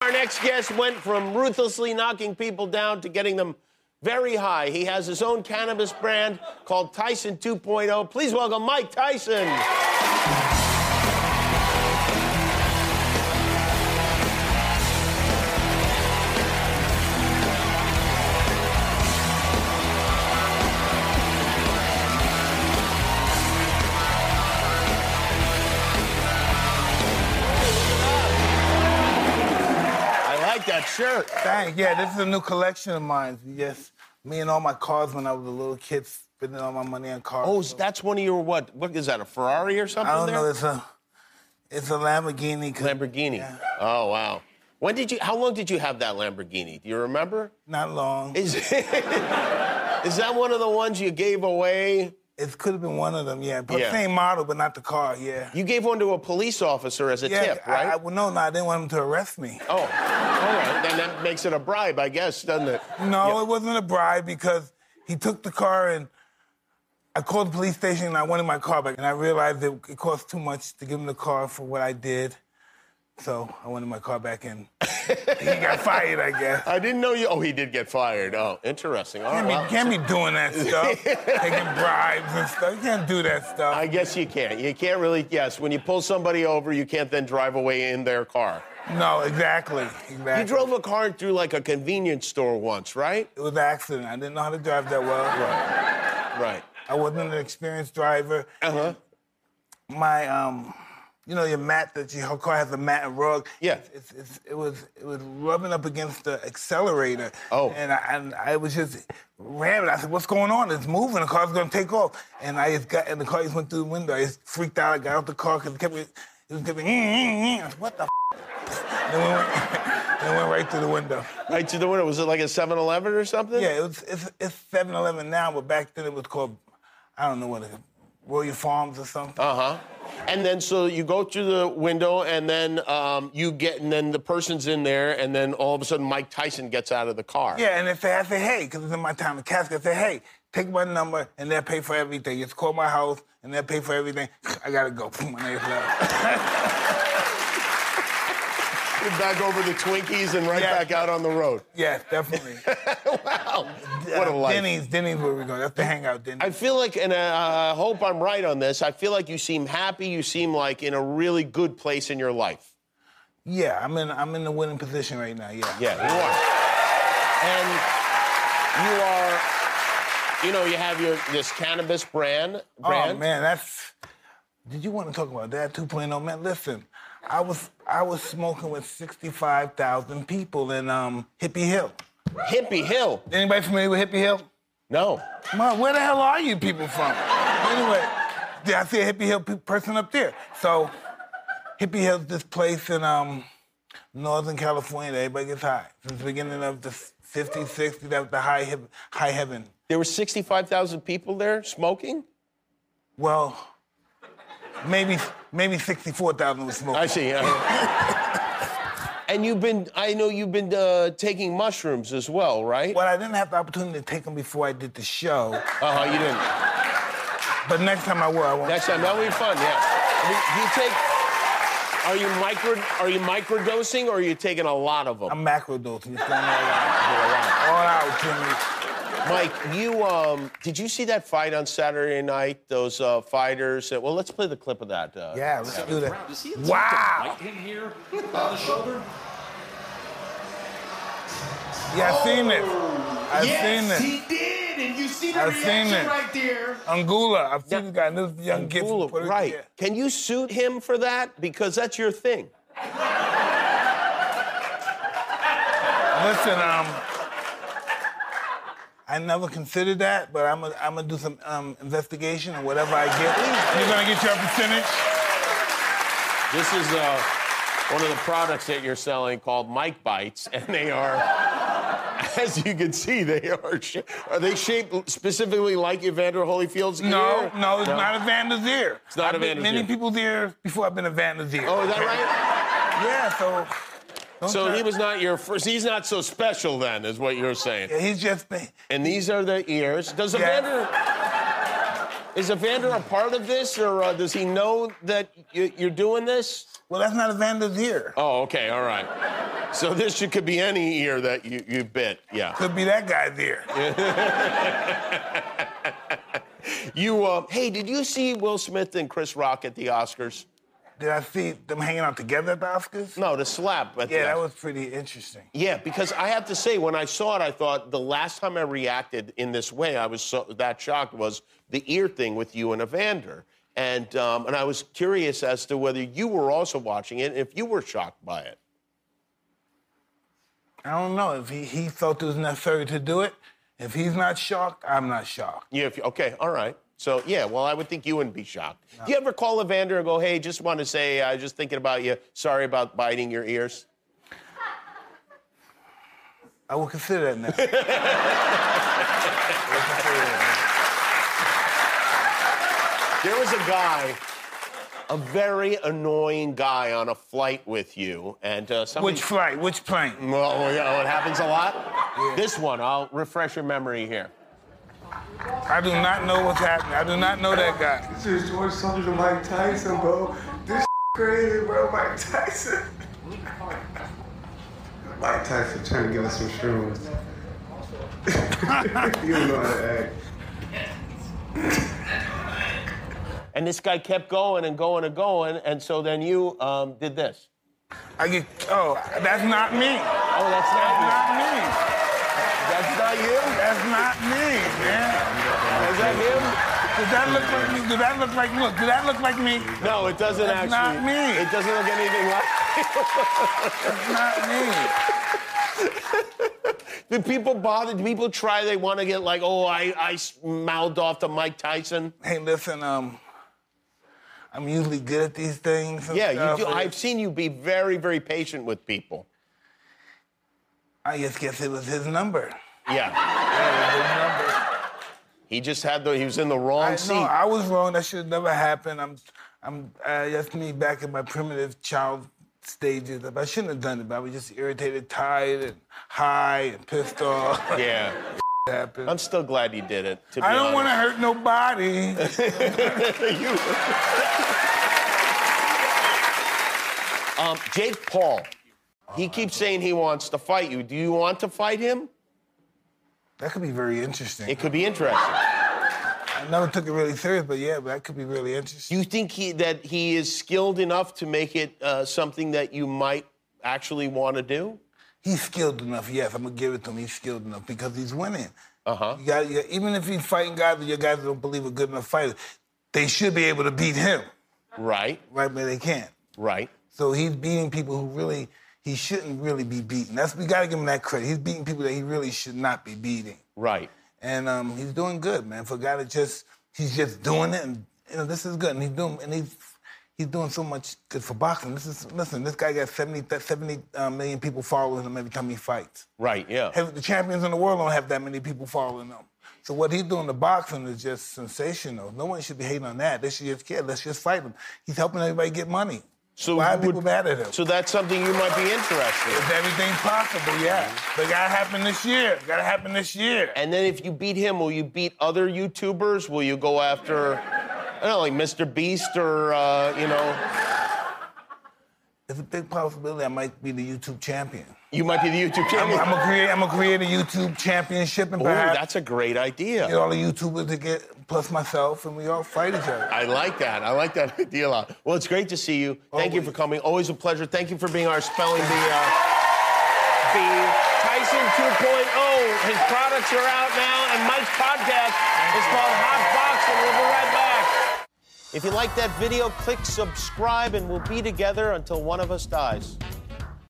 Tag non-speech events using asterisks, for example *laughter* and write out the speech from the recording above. next guest went from ruthlessly knocking people down to getting them very high. He has his own cannabis brand called Tyson 2.0. Please welcome Mike Tyson. I like that shirt. Dang, yeah, this is a new collection of mine. Yes, me and all my cars when I was a little kid, spending all my money on cars. Oh, that's one of your what? What is that? A Ferrari or something? I don't there? know. It's a, it's a Lamborghini. 'cause- Lamborghini. Oh wow. When did you? How long did you have that Lamborghini? Do you remember? Not long. It, Is *laughs* is that one of the ones you gave away? could have been one of them. Yeah, but Yeah. same model, but not the car. Yeah. You gave one to a police officer as a yeah, tip, I- right? I, well, no, no, I didn't want him to arrest me. oh, all right. Then that makes it a bribe, I guess, doesn't it? No, it wasn't a bribe because he took the car and I called the police station and I wanted my car back. And I realized it, it cost too much to give him the car for what I did. So I wanted my car back and *laughs* he got fired, I guess. I didn't know you. Oh, he did get fired. Oh, interesting. All right. Can't well, be, can't be doing that stuff, taking bribes and stuff. You can't do that stuff. I guess you can't. You can't really. Yes, when you pull somebody over, you can't then drive away in their car. no, exactly. exactly. You drove a car through like a convenience store once, right? It was an accident. I didn't know how to drive that well. Right. I wasn't an experienced driver. Uh huh. my um you know your mat that your car has a mat and rug Yeah. it's, it's, it was it was rubbing up against the accelerator Oh. and I, and I was just ramming I said what's going on it's moving the car's gonna take off and I just got and the car just went through the window I just freaked out I got out the car because it kept it was kept going, "Mm, mm, mm." I said, what the f-? and it went, and it went *laughs* right through the window Right to the window. Was it like a 7 Eleven or something? yeah it was it's it's 7-Eleven now but back then it was called I don't know what it Royal Farms or something Uh huh. And then so you go through the window, and then um, you get, and then the person's in there, and then all of a sudden Mike Tyson gets out of the car. Yeah, and if they, I say, hey, because it's in my time of casket, I say, hey, take my number and they'll pay for everything. Just call my house and they'll pay for everything. *laughs* I gotta go. My name's left. Back over the Twinkies and right Yeah. back out on the road. *laughs* yes, definitely. wow. What a Uh, life. Denny's, Denny's where we go. That's the hangout, Denny's. I feel like, and uh, I hope I'm right on this, I feel like you seem happy. You seem like in a really good place in your life. yeah, I'm in I'm in the winning position right now, yeah. Yeah, you are. And you are, you know, you have your this cannabis brand. brand. Oh man, that's did you want to talk about that 2.0? Man, listen, I was I was smoking with 65,000 people in um Hippie Hill. Hippie Hill. Anybody familiar with Hippie Hill? No. Mom, where the hell are you people from? anyway, yeah, I see a Hippie Hill pe- person up there. So, Hippie Hill's this place in um, Northern California that everybody gets high. Since the beginning of the 50s, 60s, that was the high, hip, high heaven. There were 65,000 people there smoking? Well, maybe maybe 64,000 was smoking. I see. *laughs* uh, and you've been, I know you've been uh, taking mushrooms as well, right? well, I didn't have the opportunity to take them before I did the show, Uh huh, you didn't. but next time I will. I won't. Next time, that'll be fun, yeah. I mean, do you take, are you micro, are you microdosing or are you taking a lot of them? I'm macrodosing. It's going all out. All out, Jimmy. Mike, you, um, did you see that fight on Saturday night? Those uh, fighters that, well, let's play the clip of that. Uh, Yeah, let's do round. Does he that. attempt to Wow. bite him here on the shoulder? Yeah, I've seen it. Oh, I've seen yes, it. he did, and you see the I've seen it. reaction right there. Angola. I've seen Yeah. this guy, this young kid from Cool, Puerto right. yeah. Can you suit him for that? Because that's your thing. Listen, um, I never considered that, but I'm gonna I'm gonna do some um, investigation and whatever I get. You're gonna get your percentage. This is uh, one of the products that you're selling called Mike Bites, and they are, *laughs* as you can see, they are sh- are they shaped specifically like Evander Holyfield's No, ear? no, it's not a Vander's ear. It's not I've a been Vander's many ear. people's ears before I've been a Vander's ear. Oh, is that Yeah, so. don't right? so try- he was not your first. He's not so special then, is what you're saying. Yeah, he's just. been- And these are the ears. Does Evander? Is Evander a part of this, or uh, does he know that you, you're doing this? Well, that's not a Vander's ear. Oh, okay, all right. So this should, could be any ear that you, you bit. Yeah. Could be that guy's ear. You, uh, hey, did you see Will Smith and Chris Rock at the Oscars? Did I see them hanging out together at the Oscars? No, the slap. At the Yeah, that Oscars. was pretty interesting. Yeah, because I have to say, when I saw it, I thought the last time I reacted in this way, I was so, that shocked was the ear thing with you and Evander, and um, and I was curious as to whether you were also watching it, and if you were shocked by it. I don't know if he, he felt it was necessary to do it. If he's not shocked, I'm not shocked. Yeah, if you, okay, all right. So yeah, well, I would think you wouldn't be shocked. Do you ever call Evander and go, "Hey, just want to say I was just thinking about you. Sorry about biting your ears." I will consider that now. I *laughs* will consider that There was a guy, a very annoying guy on a flight with you, and uh, now. somebody. Which flight? Which plane? *laughs* Well, oh, yeah, oh, it happens a lot. This one, I'll refresh your memory here. I do not know what's happening. I do not know that guy. This is George Soldier Mike Tyson, bro. This crazy, bro. Mike Tyson. Mike Tyson trying to give us some shrooms. *laughs* you don't know how to act. And this guy kept going and going and going, and so then you um, did this. I get. Oh, that's not me. Oh, that's not Not me. you. That's not you. That's not me, man. Is that Does that look like me? Does that look like look? Does that look like me? him? No, it doesn't That's actually. not me. It doesn't look anything like. That's not me. Did people bother? Do people try? They want to get like, oh, I, I s- mouthed off to Mike Tyson. Hey, listen, um, I'm usually good at these things. and Yeah, you stuff, do. and I've seen you be very, very patient with people. I just guess it was his number. Yeah. It was his number. He just had the. He was in the wrong I seat. know I was wrong. That should have never happened. I'm, I'm. Uh, that's me back in my primitive child stages. I shouldn't have done it, but I was just irritated, tired, and high, and pissed off. it *laughs* yeah. happened. I'm still glad you did it. To be I don't want to honest. hurt nobody. *laughs* you. um, Jake Paul. He keeps saying he wants to fight you. Do you want to fight him? that could be very interesting. It could be interesting. I never took it really serious, but yeah, but that could be really Do interesting. you think he, that he is skilled enough to make it uh, something that you might actually want to do? He's skilled enough. Yes, I'm gonna give it to him. He's skilled enough because he's winning. Uh huh. You got, you got- even if he's fighting guys that your guys don't believe are good enough fighters, they should be able to beat him, Right. right? But they can't. Right. So he's beating people who really he shouldn't really be beating. That's we gotta give him that credit. He's beating people that he really should not be beating, Right. and um, he's doing good, man. For a guy that just he's just doing it, and you know this is good, and he's doing and he's. He's doing so much good for boxing. This is listen. This guy got 70, 70 uh, million people following him every time he fights. Right. Yeah. Have- the champions in the world don't have that many people following them. So what he's doing to boxing is just sensational. No one should be hating on that. They should just care. Let's just fight him. He's helping everybody get money. So why are you would- people mad at him? So that's something you might be interested. in. If everything's possible, yeah. But it gotta happen this year. It gotta happen this year. And then if you beat him, will you beat other YouTubers? Will you go after, I don't know, like Mr. Beast or uh, you know? It's a big possibility I might be the YouTube champion. You might be the YouTube I'm champion. gonna create. I'm gonna create a YouTube championship and Ooh, perhaps that's a great idea. get all the YouTubers to get plus myself and we all fight each other. I like that. I like that *laughs* idea a lot. Well, it's great to see you. Thank you for Always. coming. Always a pleasure. Thank you for being our spelling bee. Uh, bee. Tyson 2.0. His products are out now, and Mike's podcast is called Hot Box, and we'll be right back. If you like that video, click subscribe, and we'll be together until one of us dies.